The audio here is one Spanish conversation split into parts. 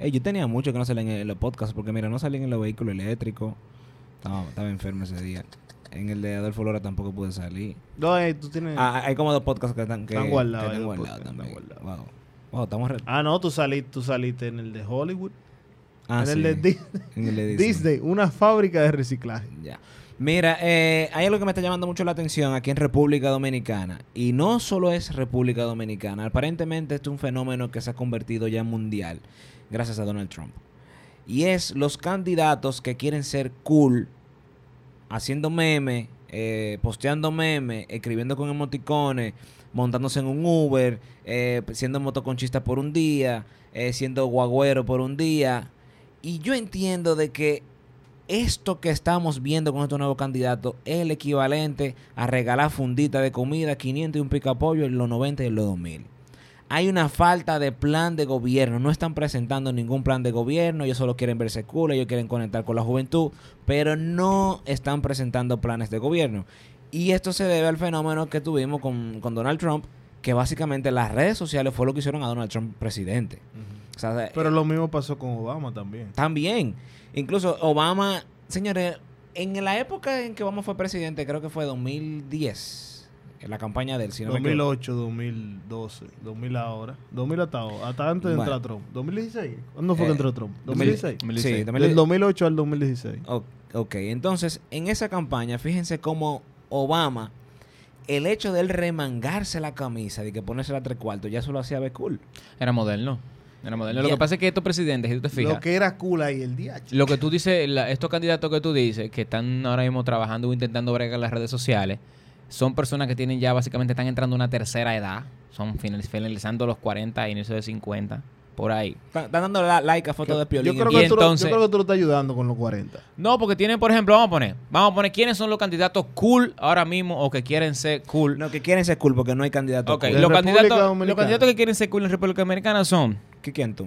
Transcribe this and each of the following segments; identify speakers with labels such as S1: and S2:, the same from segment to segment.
S1: Ey, yo tenía mucho que no salían en los podcasts, porque mira, no salían en los vehículos eléctricos. Estaba, estaba enfermo ese día. En el de Adolfo Lora tampoco pude salir.
S2: No, eh, tú tienes. Ah,
S1: Ah, hay como dos podcasts que están, que,
S2: Están guardados,
S1: que
S2: hay
S1: están
S2: dos
S1: guardados
S2: podcasts,
S1: también.
S2: están
S1: Wow. Wow, estamos... Re...
S2: Ah, no, tú, sali- tú saliste en el de Hollywood.
S1: Ah,
S2: en,
S1: sí.
S2: el de Di-
S1: En el de Disney.
S2: Disney, una fábrica de reciclaje.
S1: Ya. Mira, eh, hay algo que me está llamando mucho la atención aquí en República Dominicana. Y no solo es República Dominicana. Aparentemente esto es un fenómeno que se ha convertido ya mundial gracias a Donald Trump. Y es los candidatos que quieren ser cool haciendo meme, eh, posteando meme, escribiendo con emoticones, montándose en un Uber, eh, siendo motoconchista por un día, eh, siendo guagüero por un día. Y yo entiendo de que esto que estamos viendo con estos nuevos candidatos es el equivalente a regalar fundita de comida, 500 y un pica pollo en los 90 y en los 2000. Hay una falta de plan de gobierno. No están presentando ningún plan de gobierno. Ellos solo quieren verse cool, ellos quieren conectar con la juventud, pero no están presentando planes de gobierno. Y esto se debe al fenómeno que tuvimos con, con Donald Trump, que básicamente las redes sociales fue lo que hicieron a Donald Trump presidente. O sea,
S2: Pero lo mismo pasó con Obama también.
S1: también. Incluso Obama, señores, en la época en que Obama fue presidente, creo que fue 2010, en la campaña del si no me equivoco.
S2: 2008, 2012, 2000 ahora, 2000 hasta ahora, hasta antes de
S1: Bueno.
S2: entrar Trump. ¿2016? ¿Cuándo fue
S1: Eh,
S2: que entró Trump?
S1: 2016.
S2: 2016.
S1: Sí,
S3: 2016.
S2: Del
S1: 2000.
S2: 2008 al 2016.
S1: O- ok, entonces en esa campaña, fíjense cómo Obama, el hecho de él remangarse la camisa, de que ponerse la tres cuartos, ya eso lo hacía ver cool.
S3: Era moderno. Era moderno. Lo
S1: Ya.
S3: que pasa es que estos presidentes, si tú te fijas,
S2: Lo que era cool ahí, el DH.
S3: Lo que tú dices, la- estos candidatos que tú dices, que están ahora mismo trabajando o intentando bregar las redes sociales, son personas que tienen ya básicamente están entrando a una tercera edad. Son final- finalizando los 40, inicio de 50, por ahí.
S1: Están están dando la- like a fotos de
S2: Yo
S1: Piolín.
S2: creo,
S1: en-
S3: Y
S2: que tú lo-
S3: entonces-
S2: yo creo que tú lo estás ayudando con los 40.
S3: No, porque tienen, por ejemplo, vamos a poner, vamos a poner quiénes son los candidatos cool ahora mismo o que quieren ser cool.
S1: No, que quieren ser cool porque no hay candidato
S3: Ok,
S1: cool.
S2: De
S3: los
S2: República
S3: candidatos, los
S2: Dominicana.
S3: candidatos que quieren ser cool en República Dominicana son
S1: ¿Qué quieren tú?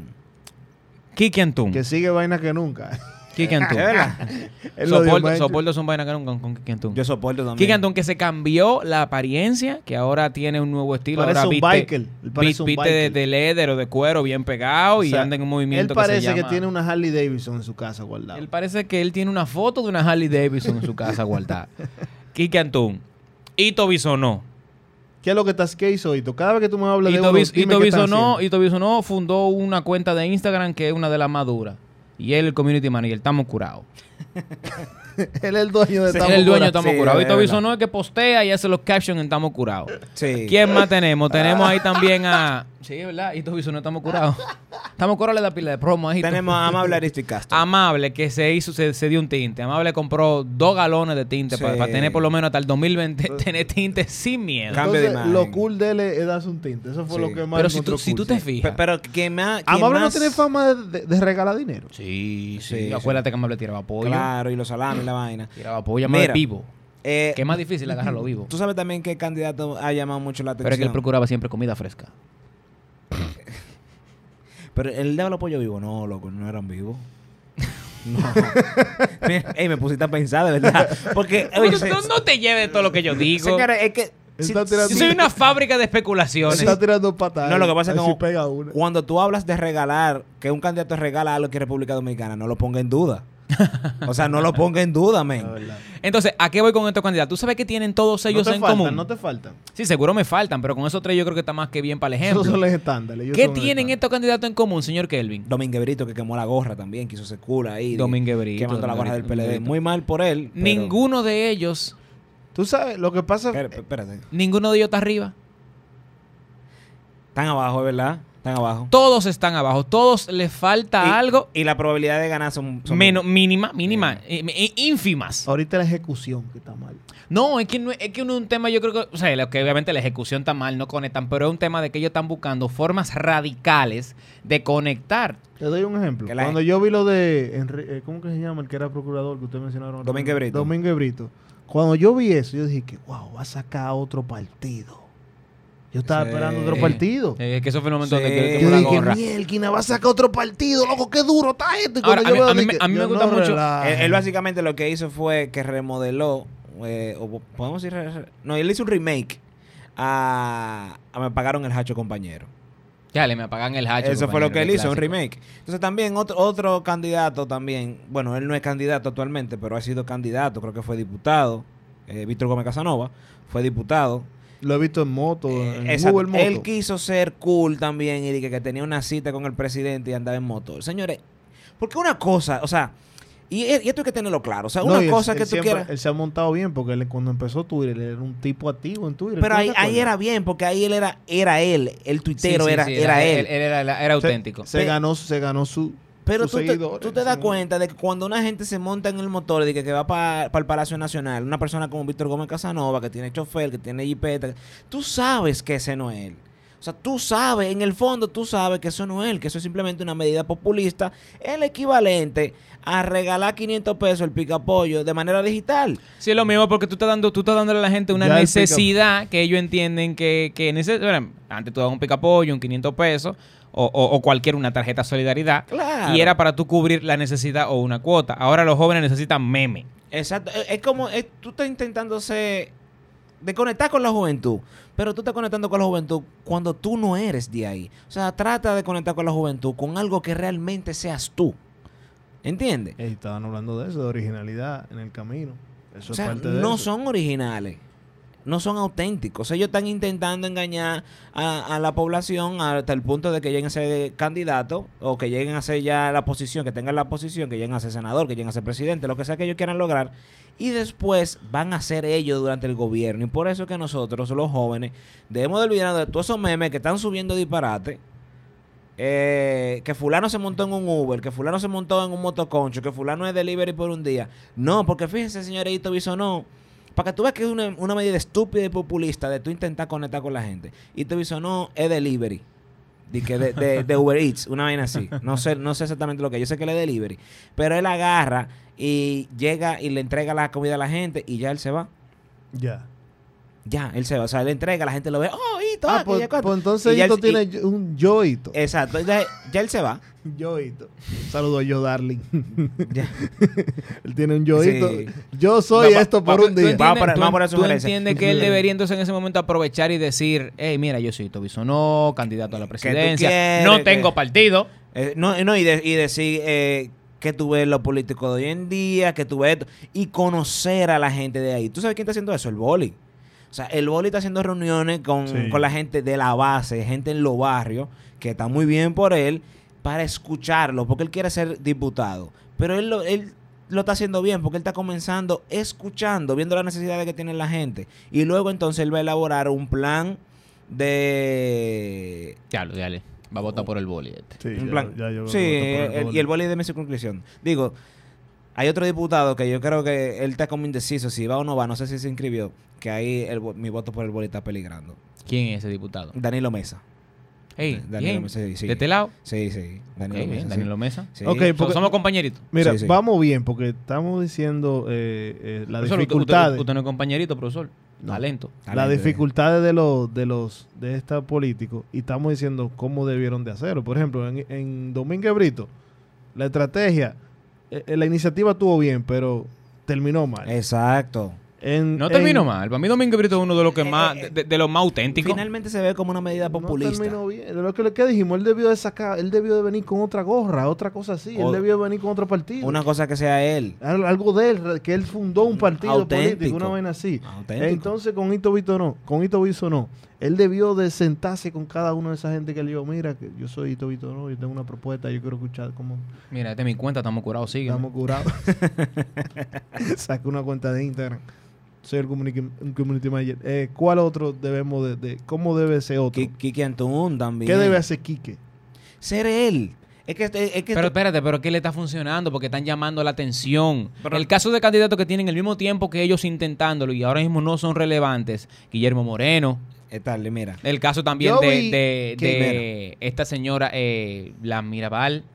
S3: Kiki Antum.
S2: Que sigue vaina que nunca.
S3: Kiki Antum.
S2: Él lo dio
S3: Soporto,
S2: más hecho.
S3: soporto son vaina que nunca con Kiki Antum.
S1: Yo soporto también.
S3: Kiki Antón que se cambió la apariencia, que ahora tiene un nuevo estilo.
S2: Parece
S3: ahora
S2: un
S3: viste,
S2: biker. Él parece
S3: vi-
S2: un
S3: viste de,
S2: biker.
S3: de leather o de cuero bien pegado
S2: O sea,
S3: y anda en un movimiento
S2: Él parece
S3: que,
S2: que,
S3: se llama-
S2: tiene una Harley Davidson en su casa guardada.
S3: Él parece que él tiene una foto de una Harley Davidson en su casa guardada. Kiki Antón. Ito Bisonó.
S2: ¿Qué es lo que estás que hizo Ito? Cada vez que tú me hablas de
S3: Ito,
S2: uno,
S3: Bis-
S2: dime
S3: Ito
S2: qué está
S3: Bisonó,
S2: haciendo.
S3: Ito Bisonó fundó una cuenta de Instagram que es una de las más duras. Y él, el community manager, estamos curados.
S2: Él es el dueño de
S1: Sí,
S3: Él
S2: esta
S3: es el
S2: mocola.
S3: dueño de Estamos
S1: Sí,
S3: Curados.
S1: de
S3: Ito
S1: verdad.
S3: Bisonó es el que postea y hace los captions en Estamos Curados.
S1: Sí.
S3: ¿Quién más tenemos? Tenemos ahí también a. Sí, es ¿verdad? Y tú no estamos curados. Estamos curados le da pila de promo ahí.
S1: Tenemos a Amable Aristo y Castro.
S3: Amable, que se hizo, se, se dio un tinte. Amable compró dos galones de tinte
S1: Sí.
S3: para, tener por lo menos hasta el 2020 tener tinte sin miedo.
S1: Cambio de
S2: Entonces,
S1: imagen.
S2: lo cool de él es darse un tinte. Eso fue
S1: Sí.
S2: lo que más
S3: Pero si
S2: encontró
S3: tú, si
S2: cool,
S3: tú te
S2: sí.
S1: Pe-
S3: fijas.
S1: Pero que más... quien
S2: Amable no
S1: más-
S2: tiene fama de, de- de regalar dinero.
S3: Sí,
S1: Sí, sí.
S3: Acuérdate que Amable tiraba pollo.
S1: Claro, y los salames, la vaina.
S3: Tiraba pollo, Amable
S1: Mira.
S3: vivo.
S1: Eh,
S3: Que es más difícil agarrarlo vivo.
S1: Tú sabes también que candidato ha llamado mucho la atención.
S3: Pero es que él procuraba siempre comida fresca.
S1: Pero el de los pollos vivos, no, loco, no eran vivos. No. Mira, Ey, me pusiste a pensar, de verdad. Porque, oye,
S3: No,
S1: se-
S3: no, no te lleves todo lo que yo digo.
S1: señores, es que. si-
S2: Está tirando-
S3: Yo
S1: si-
S3: soy una fábrica de especulaciones.
S2: Está tirando patadas.
S1: No, lo que pasa es que
S2: A ver si
S1: como-
S2: pega una.
S1: cuando tú hablas de regalar, que un candidato regala algo que es República Dominicana, no lo ponga en duda. O sea, no lo ponga en duda,
S2: La
S1: men.
S2: verdad.
S3: Entonces, ¿a qué voy con estos candidatos? ¿Tú sabes que tienen todos
S2: no
S3: ellos
S2: te
S3: en
S2: faltan,
S3: común?
S2: no te faltan.
S3: Sí, seguro me faltan, pero con esos tres yo creo que está más que bien para el
S2: Esos son
S3: ejemplo.
S2: los estándares. ellos
S3: ¿Qué
S2: son los
S3: tienen
S2: estándares.
S3: estos candidatos en común, señor Kelvin?
S1: Dominguebrito que quemó la gorra también, quiso ser cool ahí.
S3: Dominguebrito,
S1: Quemando la gorra del
S3: Dominguebrito,
S1: PLD.
S3: Dominguebrito.
S1: Muy mal por él. pero-
S3: Ninguno de ellos,
S2: Tú sabes, lo que pasa
S1: Espera, Espérate.
S3: ninguno de ellos está arriba.
S1: Están abajo, es ¿verdad? Están abajo.
S3: Todos están abajo, todos les falta
S1: Y-
S3: algo
S1: Y la probabilidad de ganar son, son
S3: menos mínima, mínima, eh, eh, ínfimas.
S2: ahorita la ejecución que está mal.
S3: No, es que no es que no es un tema, yo creo que, o sea, lo que obviamente la ejecución está mal, no conectan, pero es un tema de que ellos están buscando formas radicales de conectar.
S2: Te doy un ejemplo.
S1: Que la-
S2: Cuando yo vi lo de. Enri- eh, ¿Cómo que se llama? El que era procurador que ustedes mencionaron.
S1: Domínguez Brito.
S2: Domínguez Brito. Cuando yo vi eso, yo dije que, wow, va a sacar otro partido. Yo estaba
S1: Sí.
S2: esperando otro
S3: Eh,
S2: partido.
S3: eh, que eso fue el momento
S1: Sí.
S3: donde que- que
S2: Oh. yo
S3: la
S2: dije,
S3: gorra.
S2: Mielquina va a sacar otro partido, loco, qué duro está esto. Y
S3: Ahora,
S2: cuando
S3: a
S2: yo
S3: mí-
S2: veo,
S3: a mí
S2: dije,
S3: me- a mí me
S2: yo,
S3: gusta mucho-
S1: Él,
S2: relajes.
S1: él básicamente lo que hizo fue que remodeló, eh, o po- podemos decir, re- re- no, él hizo un remake a, a Me pagaron el hacho compañero.
S3: Ya, le me apagan el hacho.
S1: Eso fue lo
S3: compañero,
S1: que
S3: qué
S1: él hizo, un
S3: clásico.
S1: remake. Entonces también otro, otro candidato también, bueno, él no es candidato actualmente, pero ha sido candidato, creo que fue diputado, eh, Víctor Gómez Casanova, fue diputado. Eh,
S2: Lo he visto en moto, en
S1: Exacto.
S2: Google Moto.
S1: Él quiso ser cool también y dije que tenía una cita con el presidente y andaba en motor. Señores, porque una cosa, o sea, y, y esto hay que tenerlo claro, o sea,
S2: No,
S1: una
S2: y él-
S1: cosa
S2: él
S1: que tú
S2: siempre-
S1: quieras...
S2: Él se ha montado bien porque él, cuando empezó Twitter, él era un tipo activo en Twitter.
S1: Pero
S2: ¿tú
S1: ahí,
S2: te
S1: ahí era
S2: acuerdas?
S1: bien, porque ahí él era, era él, el
S3: Sí,
S1: tuitero
S3: sí,
S1: era,
S3: sí,
S1: era él.
S3: Era, era-
S2: Se-
S3: era auténtico.
S2: Se,
S1: Pe-
S2: ganó, se ganó su.
S1: Pero
S2: sus
S1: tú te,
S2: seguidores
S1: tú
S2: en
S1: te das
S2: ese momento.
S1: cuenta de que cuando una gente se monta en el motor de que, que va para el Palacio Nacional, una persona como Víctor Gómez Casanova, que tiene chofer, que tiene jipeta, tú sabes que ese no es él. O sea, tú sabes, en el fondo tú sabes que eso no es él, que eso es simplemente una medida populista, el equivalente a regalar 500 pesos el picapollo de manera digital.
S3: Sí, es lo mismo porque tú estás dando, tú estás dándole a la gente una
S2: Ya el
S3: necesidad que ellos entienden que, que neces- bueno, antes tú dabas un picapollo, un 500 pesos, o, o- o cualquier una tarjeta de solidaridad.
S1: Claro.
S3: Y era para tú cubrir la necesidad o una cuota. Ahora los jóvenes necesitan meme.
S1: Exacto. Eh, Es, es como es- tú estás intentando ser- de conectar con la juventud, pero tú estás conectando con la juventud cuando tú no eres de ahí. O sea, trata de conectar con la juventud con algo que realmente seas tú. ¿Entiendes?
S2: Ey, estaban hablando de eso, de originalidad en el camino. Eso
S1: O
S2: es
S1: sea,
S2: parte de
S1: no
S2: eso.
S1: son originales. No son auténticos. Ellos están intentando engañar a, a la población hasta el punto de que lleguen a ser candidatos o que lleguen a ser ya la posición, que tengan la posición, que lleguen a ser senador, que lleguen a ser presidente, lo que sea que ellos quieran lograr. Y después van a ser ellos durante el gobierno. Y por eso es que nosotros, los jóvenes, debemos de olvidarnos de todos esos memes que están subiendo disparate. eh, que fulano se montó en un Uber, que fulano se montó en un motoconcho, que fulano es delivery por un día. No, porque fíjense, señorito Bisonó, para que tú veas que es una, una medida estúpida y populista de tú intentar conectar con la gente. Y te Bisonó es delivery. De, que de, de- de Uber Eats, una vaina así. No sé, no sé exactamente lo que es. Yo sé que él es delivery. Pero él agarra y llega y le entrega la comida a la gente y ya él se va.
S2: Ya.
S1: Ya, él se va. O sea, él entrega, la gente lo ve. ¡Oh, Ito!
S2: Ah,
S1: ah, que
S2: pues,
S1: ya cuánto".
S2: pues entonces
S1: Y ya
S2: Hito
S1: él- y- Eh.
S2: tiene un yoito.
S1: Exacto. Entonces, ya él se va.
S2: Yoito. Saludo a yo, darling.
S1: Ya.
S2: Él tiene un yoito.
S1: Sí.
S2: Yo soy
S1: Va- va-
S2: esto
S1: va-
S2: por un
S1: tú
S2: día.
S1: entiendes- Vamos a poner-
S3: tú
S1: vamos a poner
S3: tú
S1: sugerencias.
S3: entiendes que él debería entonces en ese momento aprovechar y decir, hey, mira, yo soy Tobisonó, candidato a la presidencia,
S1: quieres,
S3: no
S1: que-
S3: tengo partido.
S1: Eh, no, no, y, de- y decir eh, que tú ves lo político de hoy en día, que tú ves esto, y conocer a la gente de ahí. ¿Tú sabes quién está haciendo eso? El boli. O sea, el boli está haciendo reuniones con,
S2: Sí.
S1: con la gente de la base, gente en los barrios, que está muy bien por él, para escucharlo, porque él quiere ser diputado. Pero él lo, él lo está haciendo bien, porque él está comenzando escuchando, viendo las necesidades que tiene la gente. Y luego entonces él va a elaborar un plan de
S3: Ya, lo- dale, va a votar por el boli. este.
S2: Sí,
S1: un
S2: ya-
S1: plan-
S2: ya yo-
S1: sí, eh,
S2: yo- yo-
S1: el- y el boli de mi circunscripción. Digo, hay otro diputado que yo creo que él está como indeciso si va o no va, no sé si se inscribió, que ahí el vo- mi voto por el boli está peligrando.
S3: ¿Quién es ese diputado?
S1: Danilo Mesa.
S3: Hey,
S1: Danilo
S3: ¿quién?
S1: Mesa, sí, sí.
S3: ¿De este lado?
S1: Sí, sí,
S3: Ok,
S1: Danilo
S3: bien,
S1: Mesa. sí.
S3: Danilo Mesa.
S1: Sí.
S2: Ok,
S3: So-
S2: porque-
S3: Somos compañeritos.
S2: Mira,
S1: Sí, sí.
S2: vamos bien, porque estamos diciendo eh, eh, las
S3: Profesor, usted-
S2: dificultades.
S3: Usted, usted no es compañerito, profesor.
S2: No.
S3: Talento.
S2: las
S1: Talento,
S2: dificultades de los de los de esta políticos y estamos diciendo cómo debieron de hacerlo. Por ejemplo, en, en Domínguez Brito, la estrategia, eh, eh, la iniciativa estuvo bien, pero terminó mal.
S1: Eh, Exacto.
S2: En-
S3: No
S2: en-
S3: termino mal. Para mí Domingo Brito es uno de los que
S1: Eh,
S3: más,
S1: eh,
S3: de, de los más auténticos.
S1: Finalmente se ve como una medida populista.
S2: No terminó bien. Lo que, lo que dijimos, él debió de sacar, él debió de venir con otra gorra, otra cosa así.
S1: O-
S2: él debió de venir con otro partido.
S1: una cosa que sea él.
S2: Al- Algo de él, que él fundó un partido
S1: Auténtico.
S2: político, una vaina así.
S1: Auténtico.
S2: Entonces con Hito Vito no, con Hito Vito no. Él debió de sentarse con cada uno de esa gente que le dijo, mira, que yo soy Hito Vito no, yo tengo una propuesta, yo quiero escuchar cómo
S3: Mira, esta es mi cuenta, estamos curados, sigue.
S2: estamos curados. Saca una cuenta de Instagram. Soy el community, un community manager. Eh, ¿Cuál otro debemos de, de- cómo debe ser otro?
S1: Ki- Kiki Antun también.
S2: ¿Qué debe hacer Quique?
S1: Ser él. Es que, este- es que
S3: Pero
S1: esto-
S3: espérate, pero ¿qué le está funcionando? Porque están llamando la atención.
S1: Pero-
S3: el caso de candidatos que tienen el mismo tiempo que ellos intentándolo y ahora mismo no son relevantes. Guillermo Moreno.
S1: Eh, tal, mira.
S3: El caso también
S2: Yo
S3: de,
S2: vi
S3: de-
S2: que-
S3: de esta señora, eh, la Mirabal.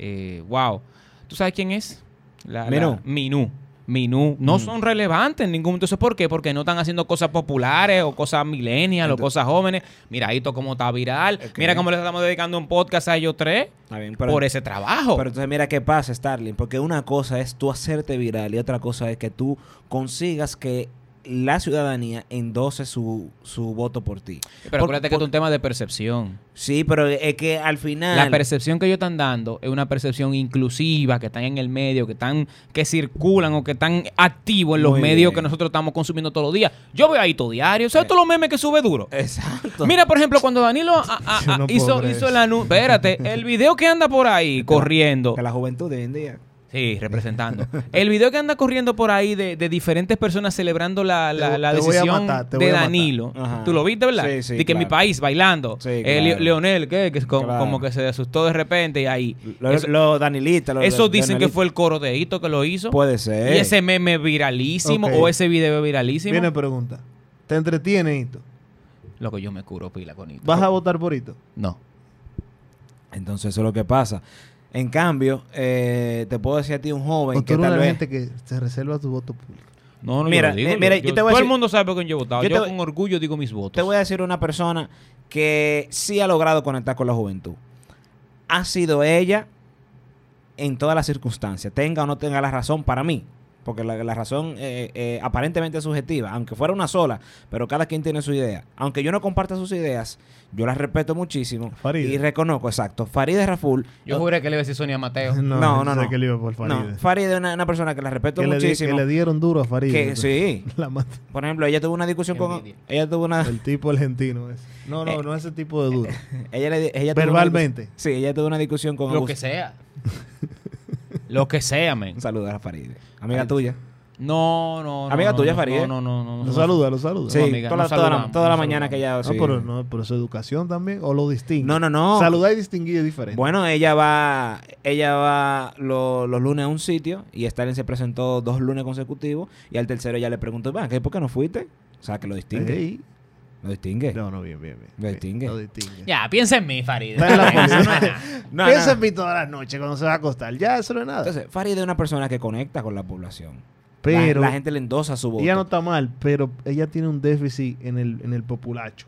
S3: Eh, wow. ¿Tú sabes quién es? La, la-
S1: Minú.
S3: Minú. Minú. No
S1: Mm.
S3: son relevantes en ningún momento. ¿Eso por qué? Porque no están haciendo cosas populares o cosas millennials o
S1: Ento-
S3: cosas jóvenes. Mira, esto cómo está viral.
S1: Ok.
S3: Mira cómo le estamos dedicando un podcast a ellos tres
S1: Está bien, pero-
S3: por ese trabajo.
S1: Pero entonces mira qué pasa, Starling, porque una cosa es tú hacerte viral y otra cosa es que tú consigas que la ciudadanía endose su, su voto por ti.
S3: Pero
S1: Por-
S3: acuérdate que
S1: por-
S3: es un tema de percepción.
S1: Sí, pero es que al final...
S3: La percepción que ellos están dando es una percepción inclusiva, que están en el medio, que están, que circulan o que están activos en los
S1: Muy
S3: medios
S1: bien.
S3: que nosotros estamos consumiendo todos los días. Yo veo ahí todo diario,
S2: Eh,
S3: ¿sabes todos los memes que sube duro?
S1: Exacto.
S3: Mira, por ejemplo, cuando Danilo a- a-
S2: Yo
S3: a-
S2: no puedo
S3: hizo,
S2: creer Este,
S3: hizo el anuncio, espérate, el video que anda por ahí corriendo,
S1: Que la juventud de hoy en día...
S3: sí, representando, el video que anda corriendo por ahí de, de diferentes personas celebrando la, la-
S2: Te-
S3: la
S2: te voy a
S3: decisión
S2: matar, te voy
S3: de
S2: a matar.
S3: Danilo,
S1: Ajá.
S3: tú lo viste, ¿verdad?
S1: Sí, sí,
S3: de que en mi
S1: claro.
S3: país bailando,
S1: Sí,
S3: Eh, Le-
S1: claro.
S3: Leonel, que, que co-
S1: Claro.
S3: como que se asustó de repente y ahí.
S1: Los
S3: Eso-
S1: Danilitas, los
S3: Eso dicen que fue el coro de Hito que lo hizo.
S1: Puede ser.
S3: Y ese meme viralísimo
S2: Ok.
S3: o ese video viralísimo.
S2: Viene pregunta. ¿Te entretiene, Hito?
S3: Lo que yo me curo pila con Hito.
S2: ¿Vas a votar por Hito?
S3: No.
S1: Entonces eso es lo que pasa. En cambio, eh, te puedo decir a ti un
S2: ¿O
S1: joven
S2: tú
S1: Pues que
S2: eres una
S1: tal
S2: de la
S1: vez...
S2: gente que se reserva tu voto público?
S3: No, no,
S1: Mira,
S3: yo lo digo,
S1: mi- mira, yo te voy a
S3: todo
S1: decir-
S3: el mundo sabe por quién yo he votado.
S1: Yo
S3: Yo,
S1: te-
S3: con orgullo digo mis votos.
S1: Te voy a decir una persona que sí ha logrado conectar con la juventud. Ha sido ella en todas las circunstancias, tenga o no tenga la razón para mí. Porque la, la razón eh, eh, aparentemente es subjetiva, aunque fuera una sola, pero cada quien tiene su idea. Aunque yo no comparta sus ideas, yo las respeto muchísimo
S2: Faride.
S1: y reconozco, exacto. Farideh Raful.
S3: Yo juré que le iba a decir Sonia Mateo.
S1: No, no,
S2: yo sé
S1: no.
S2: que le iba por Faride.
S1: No, Farideh es una, una persona que la respeto
S2: que, le, di- que
S1: muchísimo.
S2: le dieron duro a Farid.
S1: que sí.
S2: La mata-
S1: Por ejemplo, ella tuvo una discusión con.
S3: Envidia.
S1: Ella tuvo una.
S2: el tipo argentino ese. No, no, no ese tipo de duro.
S1: Ella le- ella tuvo una
S2: Verbalmente.
S1: discus- sí, ella tuvo una discusión con
S3: Lo
S1: Augusto.
S3: que sea. Lo que sea, men.
S1: Un saludo a Farideh. Amiga tuya.
S3: No, no, no.
S1: Amiga
S3: no,
S1: tuya,
S3: no,
S1: Farideh.
S3: No, no, no. no,
S2: Lo
S3: no.
S2: saluda, lo saluda.
S1: Sí,
S3: amiga,
S1: toda,
S3: nos
S1: la- toda la,
S3: saludamos,
S1: toda la
S3: nos
S1: mañana
S3: saludamos.
S1: que ella.
S2: No,
S1: sí.
S2: pero, no, pero eso es educación también. O lo distingue.
S1: No, no, no.
S2: Saludar y distinguir es diferente.
S1: Bueno, ella va, ella va lo- los lunes a un sitio y Stalin se presentó dos lunes consecutivos y al tercero ella le preguntó, "Va, ¿qué por qué no fuiste? O sea, que lo distingue.
S2: Ey.
S1: Lo distingue.
S2: No, no, bien, bien, bien.
S1: Lo distingue.
S2: Lo distingue.
S3: Ya, piensa en mí, Farideh.
S2: Está en la
S3: Eso
S2: policía.
S1: No,
S2: Piensa
S1: no.
S2: en mí toda la noche cuando se va a acostar. Ya, eso no es nada.
S1: Entonces, Farideh es una persona que conecta con la población. La-
S2: pero
S1: la, gente le endosa su voto.
S2: ella no está mal, pero ella tiene un déficit en el, en el populacho.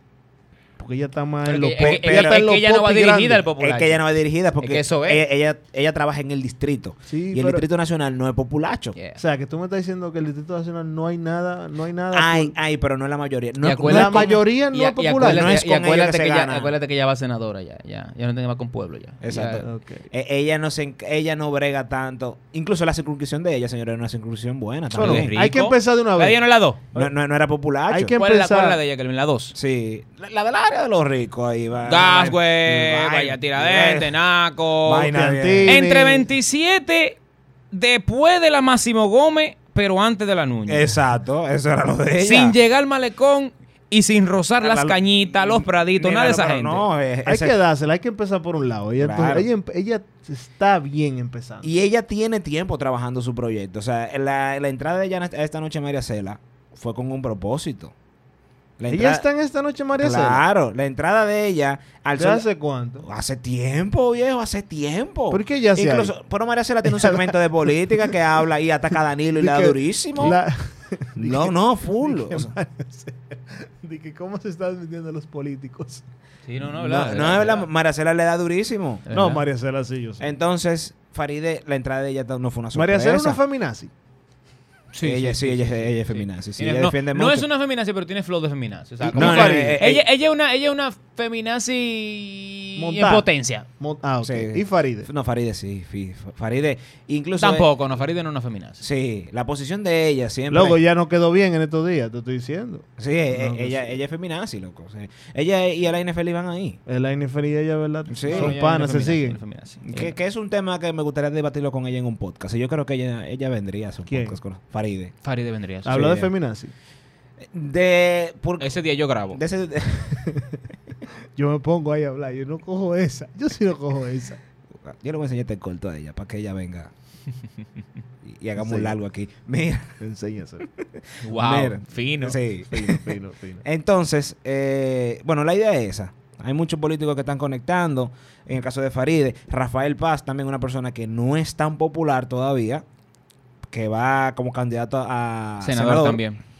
S2: Porque ella está más en
S3: no
S2: los
S3: es-
S2: pop-
S3: Es que- es que-
S2: está en
S3: es que
S2: los
S3: ella no va
S2: popis
S3: dirigida
S2: grandes.
S3: al popular.
S1: Es que ella no es dirigida porque
S3: que eso es.
S1: Ella, ella, ella trabaja en el distrito.
S2: Sí,
S1: y el
S2: pero-
S1: distrito nacional no es populacho.
S3: Yeah.
S2: O sea, que tú me estás diciendo que el Distrito Nacional no hay nada, no hay nada.
S1: Ay, ay, pero no es la mayoría. No,
S3: Y
S1: es- no es
S3: acuérdate-
S2: la
S1: como-
S2: mayoría no
S3: Y,
S2: es
S3: y
S2: popular.
S3: acuérdate,
S1: No es
S3: y
S1: con ella
S3: acuérdate
S1: que
S3: que,
S1: se
S3: ya,
S1: gana.
S3: acuérdate que ya va senadora ya, ya, ya no tiene más con pueblo ya.
S1: Exacto.
S3: Ya-
S2: Ok.
S1: Eh, ella no se, enc- ella no brega tanto. Incluso la circuncisión de ella, señora, era una circuncisión buena.
S2: Bueno,
S1: también.
S3: Qué
S2: hay que
S3: rico.
S2: empezar de una
S3: ¿La de
S2: vez.
S3: ella no es la dos?
S1: No, no- no era popular.
S2: Hay que
S3: ¿Cuál es la,
S2: empezar-
S3: cuál es la de ella, Kelvin? ¿La dos?
S1: Sí. La, la del área de los ricos ahí va.
S3: Gas, güey,
S1: Vaina-
S3: vaya tiradente, naco.
S1: Vaina
S2: Piantini.
S1: bien.
S3: Entre 27 después de la Máximo Gómez, pero antes de la Núñez.
S1: Exacto, eso era lo de ella.
S3: Sin llegar al malecón y sin rozar las
S1: La-
S3: cañitas, los praditos,
S1: Mira,
S3: nada de esa
S1: pero
S3: gente.
S1: no, eh,
S2: Hay
S1: ese-
S2: que dársela, hay que empezar por un lado. Ella,
S1: Claro.
S2: entonces, ella, emp- ella está bien empezando.
S1: Y ella tiene tiempo trabajando su proyecto. O sea, la, la entrada de ella a esta noche a María Cela fue con un propósito. La
S2: ella
S1: entrada-
S2: está en esta noche, María Cela.
S1: Claro, la entrada de ella al
S2: ¿De
S1: sol-
S2: hace cuánto?
S1: Hace tiempo, viejo, hace tiempo.
S2: ¿Por qué ella se
S1: Incluso,
S2: ahí?
S1: pero María Cela tiene un segmento de política que habla y ataca a Danilo y
S2: Di
S1: le da
S2: que-
S1: durísimo.
S2: La-
S1: No, no, full.
S2: Di que
S1: O sea,
S2: María Cela- di que cómo se están vendiendo los políticos.
S3: Sí, no, no,
S1: no,
S3: verdad,
S1: no,
S3: verdad,
S1: la-
S3: verdad.
S1: María Cela le da durísimo.
S3: ¿Verdad?
S2: No, María Cela sí, yo sé.
S1: Entonces, Faride, la entrada de ella no fue una sorpresa.
S2: María Cela es una feminazi.
S1: Sí, ella, sí, ella, ella es feminazi. Sí,
S3: Tiene-
S1: ella
S3: no,
S1: defiende
S3: no
S1: mucho.
S3: es una feminazi, pero tiene flow de feminazi. O sea,
S2: No,
S3: como
S2: no,
S3: Farid.
S2: no, eh,
S3: ella, ella es una, ella es una feminazi
S2: Montada.
S3: en potencia.
S2: Mo- Ah, ok.
S1: Sí.
S2: Y Faride.
S1: No, Faride sí. fi- Faride. Incluso.
S3: Tampoco, no, Farid no es una feminazi.
S1: sí, la posición de ella siempre.
S2: Luego ya no quedó bien en estos días, te estoy diciendo.
S1: Sí, eh,
S2: No, no
S1: ella,
S2: sé.
S1: ella es feminazi, loco. O sea, ella y la NFL van ahí.
S2: El NFL y ella, ¿verdad?
S1: Sí.
S3: No,
S2: Son
S3: ella
S2: panas,
S3: no
S2: se
S3: es feminazi,
S2: siguen.
S3: no es feminazi. Eh,
S1: Que, que es un tema que me gustaría debatirlo con ella en un podcast. Y yo creo que ella, ella vendría a su
S2: ¿Quién?
S1: podcast con Faride.
S3: Farid vendría. sí.
S2: Habló
S1: Sí,
S2: de
S1: ya.
S2: feminazi.
S1: De. Por,
S3: Ese día yo grabo.
S1: de ese-
S2: Yo me pongo ahí a hablar, yo no cojo esa. Yo sí no cojo esa.
S1: yo le voy a enseñar este corto a ella para que ella venga. Y, y hagamos
S2: Sí.
S1: un largo aquí. Mira.
S2: Enséñaselo.
S3: Wow,
S1: mira.
S3: fino.
S1: Sí.
S2: Fino, fino, fino.
S1: Entonces, eh, bueno, la idea es esa. Hay muchos políticos que están conectando. En el caso de Faride, Rafael Paz, también una persona que no es tan popular todavía, que va como candidato a
S3: Senador, también.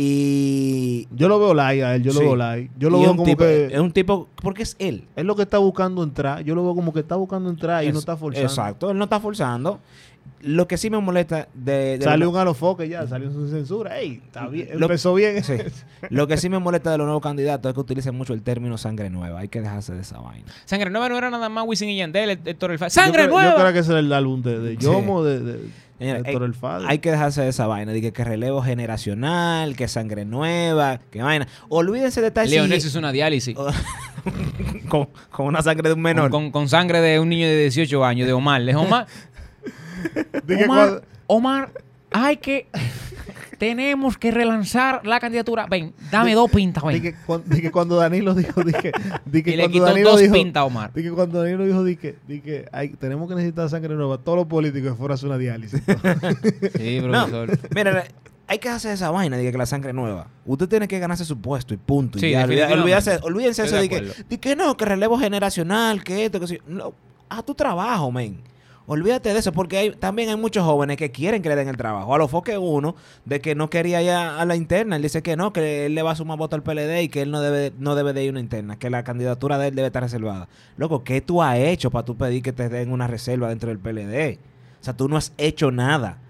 S1: Y.
S2: Yo lo veo light a él, yo
S1: Sí.
S2: lo veo light. Yo lo
S1: y
S2: veo
S1: un
S2: como
S1: tipo-
S2: que.
S1: Es un tipo. Porque es él.
S2: Es lo que está buscando entrar. Yo lo veo como que está buscando entrar y
S1: Es-
S2: no está forzando.
S1: Exacto, él no está forzando. Lo que sí me molesta de, de
S2: Sale
S1: lo,
S2: un alofoque ya, salió sin censura. ¡Ey! Está bien.
S1: Lo-
S2: Empezó bien.
S1: sí. lo que sí me molesta de los nuevos candidatos es que utilizan mucho el término sangre nueva. Hay que dejarse de esa vaina.
S3: Sangre Nueva no era nada más Wisin y Yandel, Héctor El Fa-
S2: Yo
S3: ¡Sangre
S2: creo- Yo
S3: Nueva!
S2: creo que ese era el álbum de, de
S1: Sí.
S2: Yomo, de, de,
S1: Señores,
S2: Héctor el Father.
S1: Hay que dejarse de esa vaina. Dije que relevo generacional, que sangre nueva, que vaina. Olvídense de estar
S3: Leonel
S1: exigi-
S3: se hizo una diálisis.
S1: Oh, con, con una sangre de un menor.
S3: Con, con- con sangre de un niño de 18 años, de Omar. Es Omar.
S2: Dije
S3: Omar,
S2: cuando-
S3: Omar, hay que. Tenemos que relanzar la candidatura. Ven, dame dos pintas, ven.
S2: Dije cuan- dije cuando Danilo dijo, dije, dije
S3: y le
S2: cuando
S3: quitó
S2: Danilo
S3: dos
S2: dijo,
S3: pintas a Omar.
S2: dije cuando Danilo dijo, dije, dije, hay, tenemos que necesitar sangre nueva. Todos los políticos que fuera a hacer una diálisis.
S3: Sí,
S1: No,
S3: profesor.
S1: mira, la- hay que hacer esa vaina, diga que la sangre nueva. Usted tiene que ganarse su puesto y punto. y
S3: Sí,
S1: ya, olvida-
S3: definitivamente.
S1: olvídense, olvídense eso
S3: Estoy de
S1: de que,
S3: acuerdo.
S1: de que no, que relevo generacional, que esto, que sí. No, haz tu trabajo, men. Olvídate de eso, porque hay, también hay muchos jóvenes que quieren que le den el trabajo. A lo foque uno, de que no quería ir a, a la interna. Él dice que no, que él le va a sumar voto al PLD y que él no debe, no debe de ir a una interna, que la candidatura de él debe estar reservada. Loco, ¿qué tú has hecho para tú pedir que te den una reserva dentro del PLD? O sea, tú no has hecho nada.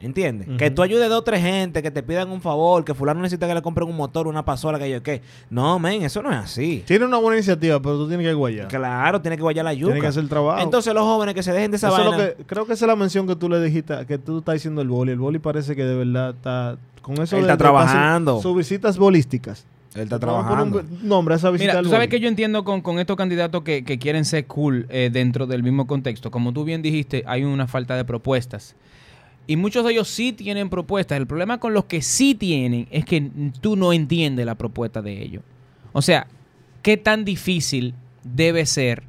S1: ¿Entiendes? Que
S2: Ujú.
S1: tú ayudes a dos o tres gente, que te pidan un favor, que fulano necesita que le compren un motor, una pasola, que yo qué. No, men, eso no es así.
S2: Tiene una buena iniciativa, pero tú tienes que guayar.
S1: Claro, tiene que guayar la yuca.
S2: Tienes que hacer el trabajo.
S1: Entonces los jóvenes que se dejen de esa
S2: Eso es lo
S1: vaina,
S2: que- creo que esa es la mención que tú le dijiste, a- que tú estás diciendo el boli. El boli parece que de verdad está con eso.
S1: Él
S2: de-
S1: está
S2: de-
S1: trabajando.
S2: Sus visitas bolísticas.
S1: él está
S2: Vamos a poner
S1: trabajando.
S2: Un nombre a esa visita.
S3: Mira,
S2: al
S3: tú sabes
S2: boli.
S3: que yo entiendo con, con estos candidatos que, que quieren ser cool eh, dentro del mismo contexto. Como tú bien dijiste, hay una falta de propuestas. Y muchos de ellos sí tienen propuestas. El problema con los que sí tienen es que n- tú no entiendes la propuesta de ellos. O sea, ¿qué tan difícil debe ser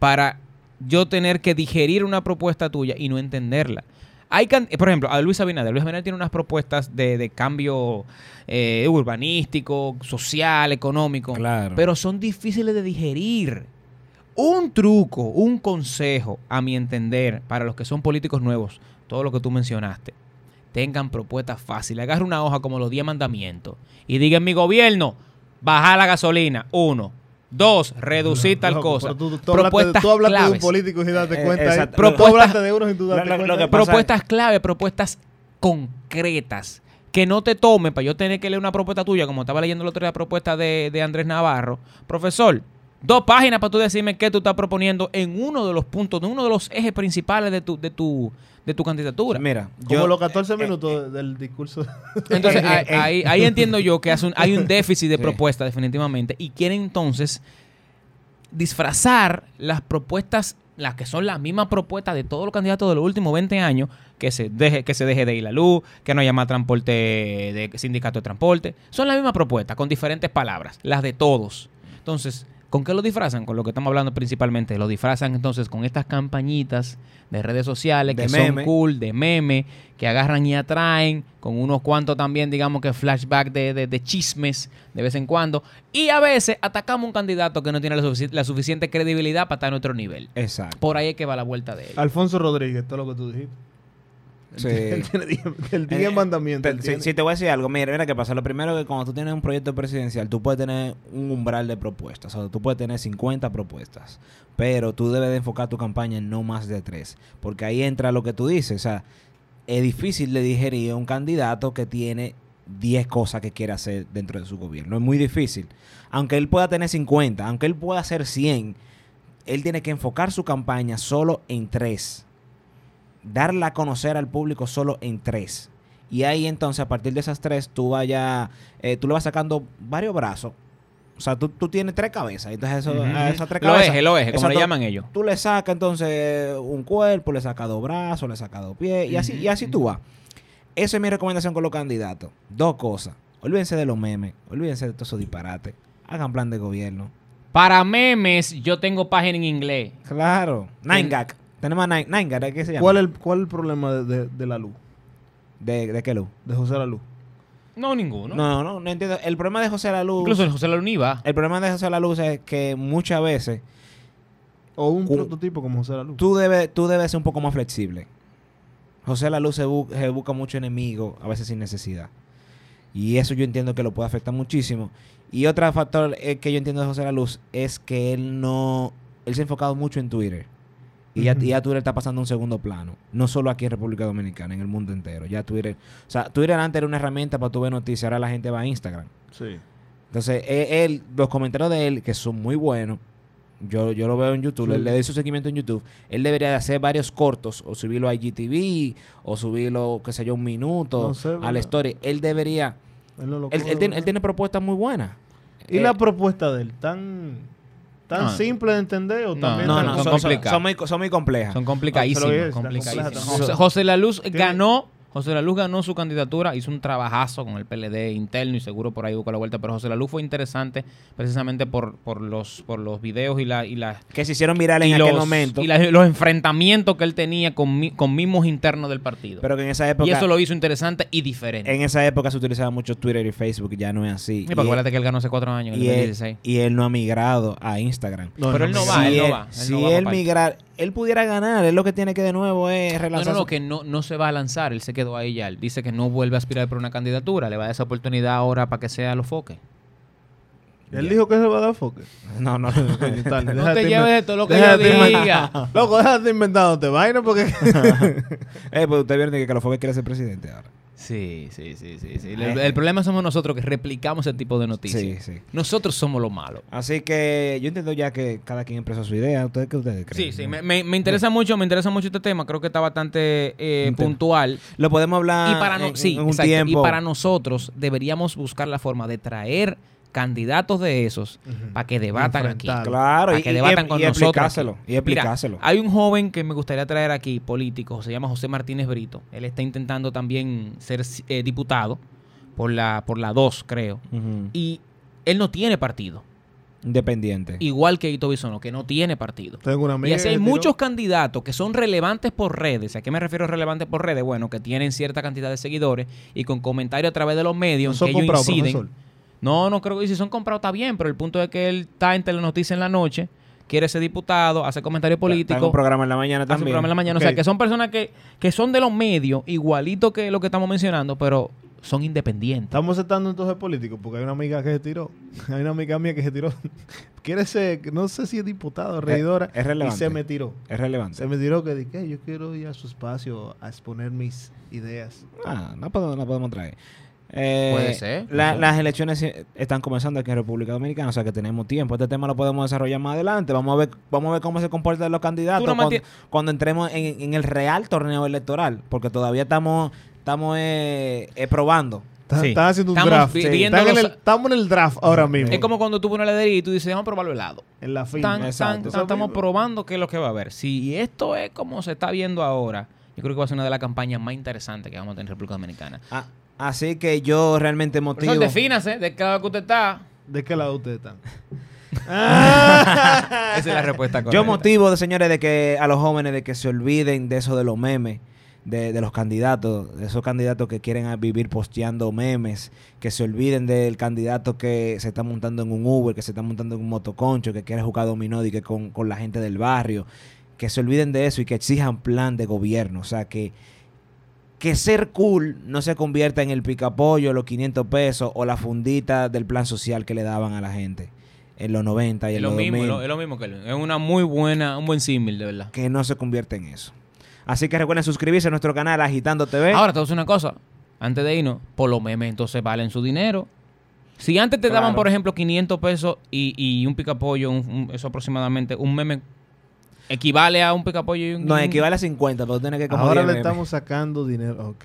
S3: para yo tener que digerir una propuesta tuya y no entenderla? Hay can- eh, por ejemplo, a Luis Abinader. Luis Abinader tiene unas propuestas de, de cambio eh, urbanístico, social, económico
S1: Claro.
S3: pero son difíciles de digerir. Un truco, un consejo, a mi entender, para los que son políticos nuevos, todo lo que tú mencionaste, tengan propuestas fáciles. Agarra una hoja como los 10 mandamientos y digan, mi gobierno, bajar la gasolina, uno. Dos, reducir tal
S2: No,
S3: cosa.
S2: pero tú, tú hablaste, de-
S3: propuestas
S2: tú hablaste de un
S3: claves.
S2: político y date
S1: Eh,
S2: cuenta.
S1: exacto.
S2: ahí. Tú
S3: Propuestas-
S2: hablaste de unos y tú date
S1: Lo- lo-
S2: cuenta
S1: lo que
S2: ahí.
S1: pasa-
S3: Propuestas clave, propuestas concretas. Que no te tomen para yo tener que leer una propuesta tuya, como estaba leyendo la otra día la propuesta de, de Andrés Navarro. Profesor, dos páginas para tú decirme qué tú estás proponiendo en uno de los puntos, en uno de los ejes principales de tu, de tu, de tu candidatura.
S1: Mira,
S2: Como
S1: yo, eh,
S2: los 14 minutos del discurso.
S3: Entonces, ah, ahí, ahí- ahí entiendo yo que hace un- hay un déficit de
S1: Sí.
S3: propuesta, definitivamente, y quieren entonces disfrazar las propuestas, las que son las mismas propuestas de todos los candidatos de los últimos 20 años, que se deje, que se deje de ir la luz, que no haya más transporte de sindicato de transporte. Son las mismas propuestas, con diferentes palabras, las de todos. Entonces, ¿con qué lo disfrazan? Con lo que estamos hablando principalmente. Lo disfrazan entonces con estas campañitas de redes sociales
S1: De
S3: que
S1: meme.
S3: son cool, de meme, que agarran y atraen, con unos cuantos también, digamos que flashback de, de- de chismes de vez en cuando. Y a veces atacamos a un candidato que no tiene la, sufici- la suficiente credibilidad para estar en otro nivel.
S1: exacto.
S3: Por ahí es que va la vuelta de él.
S2: Alfonso Rodríguez, todo lo que tú dijiste.
S1: Sí.
S3: Eh,
S2: Él tiene diez- El
S1: Eh,
S2: 10 mandamientos.
S1: Te-
S2: él
S1: si,
S2: tiene.
S1: si te voy a decir algo, mira, mira qué pasa. Lo primero que cuando tú tienes un proyecto presidencial, tú puedes tener un umbral de propuestas. O sea, tú puedes tener 50 propuestas, pero tú debes de enfocar tu campaña en no más de tres, porque ahí entra lo que tú dices. O sea, es difícil de digerir a un candidato que tiene 10 cosas que quiere hacer dentro de su gobierno. Es muy difícil. Aunque él pueda tener 50, aunque él pueda hacer 100, él tiene que enfocar su campaña solo en tres. Darla a conocer al público solo en tres. Y ahí entonces, a partir de esas tres, tú vaya, eh, tú le vas sacando varios brazos. O sea, tú, tú tienes tres cabezas. Entonces, eso- a esas tres
S3: Lo
S1: cabezas.
S3: eje, lo eje, como le
S1: Exacto.
S3: llaman ellos.
S1: Tú le sacas entonces un cuerpo, le sacas dos brazos, le sacas dos pies, y así, y así tú vas. Esa es mi recomendación con los candidatos. Dos cosas. Olvídense de los memes, olvídense de todos esos disparates. Hagan plan de gobierno.
S3: Para memes, yo tengo página en inglés.
S1: Claro. Nine
S3: En-
S1: Gag. Tenemos a Nine, Nine Gag, ¿qué se llama?
S2: ¿Cuál es el, cuál es el problema de, de- de la luz?
S1: ¿De, de qué luz?
S2: De José La Luz.
S3: No, ninguno.
S1: No, no, no, no entiendo. El problema de José La Luz.
S3: Incluso el José Laluni va.
S1: El problema de José La Luz es que muchas veces
S2: O un
S1: Cu-
S2: prototipo como José La Luz.
S1: tú debes, tú debes ser un poco más flexible. José La Luz se, bu- se busca mucho enemigo, a veces sin necesidad. Y eso yo entiendo que lo puede afectar muchísimo. Y otro factor eh, que yo entiendo de José La Luz es que él no. Él se ha enfocado mucho en Twitter. Y ya,
S2: Ujú.
S1: y ya Twitter está pasando a un segundo plano. No solo aquí en República Dominicana, en el mundo entero. Ya Twitter. O sea, Twitter antes era una herramienta para tu ver noticias. Ahora la gente va a Instagram.
S2: Sí.
S1: Entonces, e- él, los comentarios de él, que son muy buenos, yo, yo lo veo en YouTube,
S2: Sí.
S1: le- le doy su seguimiento en YouTube. Él debería de hacer varios cortos, o subirlo a IGTV, o subirlo, qué sé yo, un minuto,
S2: No sé,
S1: a la
S2: ¿verdad?
S1: story. Él debería.
S2: Él no lo
S1: Él,
S2: coge,
S1: él tiene, él
S2: ¿verdad?
S1: tiene propuestas muy buenas.
S2: ¿Y
S1: Eh,
S2: la propuesta de él? ¿Tan, tan
S3: No.
S2: simple de entender o
S3: No,
S2: también
S1: no,
S2: tan
S1: no,
S3: son
S1: son,
S2: complicada?
S1: son-
S3: complicadas.
S1: son muy, co- son muy complejas.
S3: Son complicadísimas.
S2: Ah, pero es, la
S3: complicadísimas.
S2: compleja
S1: también.
S3: José, José La Luz
S2: Tiene-
S3: ganó. José La Luz ganó su candidatura, hizo un trabajazo con el PLD interno y seguro por ahí busca la vuelta. Pero José La Luz fue interesante precisamente por, por los por los videos y la, y las
S1: que se hicieron virales
S3: y
S1: en
S3: los,
S1: aquel momento.
S3: y las- los enfrentamientos que él tenía con, mi- con mismos internos del partido.
S1: pero que en esa época.
S3: y eso lo hizo interesante y diferente.
S1: En esa época se utilizaba mucho Twitter y Facebook, ya no es así.
S3: y porque acuérdate que él ganó hace cuatro años, en
S1: y
S3: el
S1: él,
S3: 2016.
S1: y él no ha migrado a Instagram.
S3: pero él no
S1: Si
S3: va, él no
S1: él-
S3: va. él
S1: si
S3: no va pa'
S1: él
S3: parte.
S1: migrar, él pudiera ganar. Él lo que tiene que de nuevo es
S3: No,
S1: relanzar.
S3: no,
S1: su-
S3: no, que no, no se va a lanzar. Él se quedó ahí ya. Él dice que no vuelve a aspirar por una candidatura. Le va a dar esa oportunidad ahora para que sea los foques.
S2: Él dijo que se va a dar foque.
S1: No, no.
S2: Coño, tal,
S3: No
S2: déjate
S3: te
S2: inven-
S3: lleves de todo lo que yo
S2: déjate inven-
S3: diga.
S2: Loco, déjate inventándote vaina porque...
S1: eh, pues usted vieron que Calofoque quiere ser presidente ahora.
S3: Sí, sí, sí, sí. sí. El, el problema somos nosotros que replicamos ese tipo de noticias.
S1: Eh. Sí, sí.
S3: Nosotros somos lo malo.
S1: Así que yo entiendo ya que cada quien expresó su idea. ¿Ustedes qué ustedes creen?
S3: Sí, sí, me, me- me interesa mucho, me interesa mucho este tema. Creo que está bastante eh,
S1: Un tema.
S3: puntual.
S1: Lo podemos hablar
S3: y para no-
S1: Ah, en,
S3: sí,
S1: en un
S3: exacto. Y
S1: tiempo.
S3: para nosotros deberíamos buscar la forma de traer candidatos de esos para que debatan aquí.
S2: Enfrentar.
S1: Claro,
S3: para
S1: y,
S3: que
S1: y-
S3: debatan
S1: y-
S3: con
S1: y
S3: nosotros.
S1: explicárselo.
S3: aquí.
S1: Y explicárselo.
S3: Mira, hay un joven que me gustaría traer aquí, político, se llama José Martínez Brito. Él está intentando también ser eh, diputado por la por la 2, creo.
S1: Ujú.
S3: Y él no tiene partido,
S1: Independiente.
S3: igual que Ito Bisono, que no tiene partido.
S2: Tengo una amiga
S3: Y así
S2: que
S3: hay
S2: tiró-
S3: muchos candidatos que son relevantes por redes. ¿A qué me refiero relevantes por redes? Bueno, que tienen cierta cantidad de seguidores y con comentarios a través de los
S2: No
S3: medios en
S2: son
S3: que ellos
S2: comprados,
S3: inciden.
S2: profesor.
S3: No, no creo que si son comprados está bien, pero el punto es que él está en Telenoticia en la noche, quiere ser diputado, hace comentarios
S1: Está en un
S3: políticos,
S1: programa en la mañana
S3: hace un
S1: también.
S3: programa en la mañana. O
S2: Ok.
S3: sea, que son personas que, que son de los medios, igualito que lo que estamos mencionando, pero son independientes.
S2: Estamos aceptando entonces políticos porque hay una amiga que se tiró. Hay una amiga mía que se tiró. Quiere ser, no sé si es diputado, regidora.
S1: es
S2: y
S1: relevante.
S2: se me tiró.
S1: Es relevante.
S2: Se me tiró que dije, "Hey, yo quiero ir a su espacio a exponer mis ideas.
S1: Ah, no podemos, no podemos traer. Eh,
S3: Puede ser.
S1: la-
S3: No sé.
S1: Las elecciones eh, están comenzando aquí en República Dominicana, o sea que tenemos tiempo. Este tema lo podemos desarrollar más adelante. Vamos a ver, vamos a ver cómo se comportan los candidatos
S3: Tú nomás
S1: cuando, cuando entremos en, en el real torneo electoral, porque todavía estamos, estamos eh, eh, probando.
S2: Está-
S3: Sí.
S2: Están haciendo un
S3: Estamos
S2: draft.
S3: vi-
S2: Sí.
S3: viendo
S2: Están en
S3: los-
S2: el- estamos en el draft ahora mismo.
S3: Es como cuando tú pones la heladería y tú dices, vamos a probarlo helado.
S2: en la fin.
S3: Tan, tan,
S1: exacto.
S3: tan,
S2: Eso
S3: estamos
S2: mismo.
S3: probando qué es lo que va a haber. Si esto es como se está viendo ahora, yo creo que va a ser una de las campañas más interesantes que vamos a tener en República Dominicana.
S1: Ah, así que yo realmente motivo.
S3: Profesor, defínase de qué lado que usted está.
S2: ¿De qué lado ustedes están?
S3: Esa es la respuesta correcta.
S1: Yo motivo, de, señores, de que a los jóvenes de que se olviden de eso de los memes, de, de los candidatos, de esos candidatos que quieren a- vivir posteando memes, que se olviden del candidato que se está montando en un Uber, que se está montando en un motoconcho, que quiere jugar dominó y que con, con la gente del barrio, que se olviden de eso y que exijan plan de gobierno, o sea que que ser cool no se convierta en el picapollo, los 500 pesos o la fundita del plan social que le daban a la gente en los 90 y en
S3: Es lo,
S1: los 2000
S3: mismo, lo- es lo mismo que él. Es una muy buena, un buen símil, de verdad.
S1: que no se convierte en eso. Así que recuerden suscribirse a nuestro canal Agitando TV.
S3: Ahora te voy a decir una cosa. Antes de irnos, por los memes entonces valen su dinero. Si antes te daban,
S1: Claro.
S3: por ejemplo, 500 pesos y, y un picapollo, un- un- eso aproximadamente, un meme equivale a un picapollo y un.
S1: nos
S3: un-
S1: equivale a 50, pero tiene que como 10
S2: Ahora le
S1: memes.
S2: estamos sacando dinero. Ok.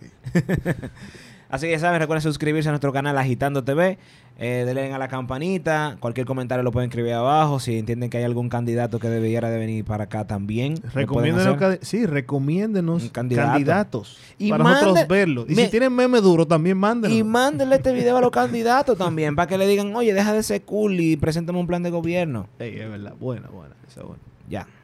S1: Así que ya saben, recuerden suscribirse a nuestro canal Agitando TV. Eh, denle a la campanita. Cualquier comentario lo pueden escribir abajo. Si entienden que hay algún candidato que debiera de venir para acá también. lo pueden
S2: Recomiéndenos,
S1: hacer.
S2: candi- sí, recomiéndenos
S1: Un candidato.
S2: candidatos
S1: Y
S2: para
S1: mande-
S2: nosotros verlos. Y
S1: me-
S2: si tienen meme duro, también mándenos.
S1: Y mándenle este video a los candidatos también para que le digan, oye, deja de ser cool y preséntame un plan de gobierno.
S2: Ey, es verdad. Buena, buena. Esa es buena.
S1: Ya.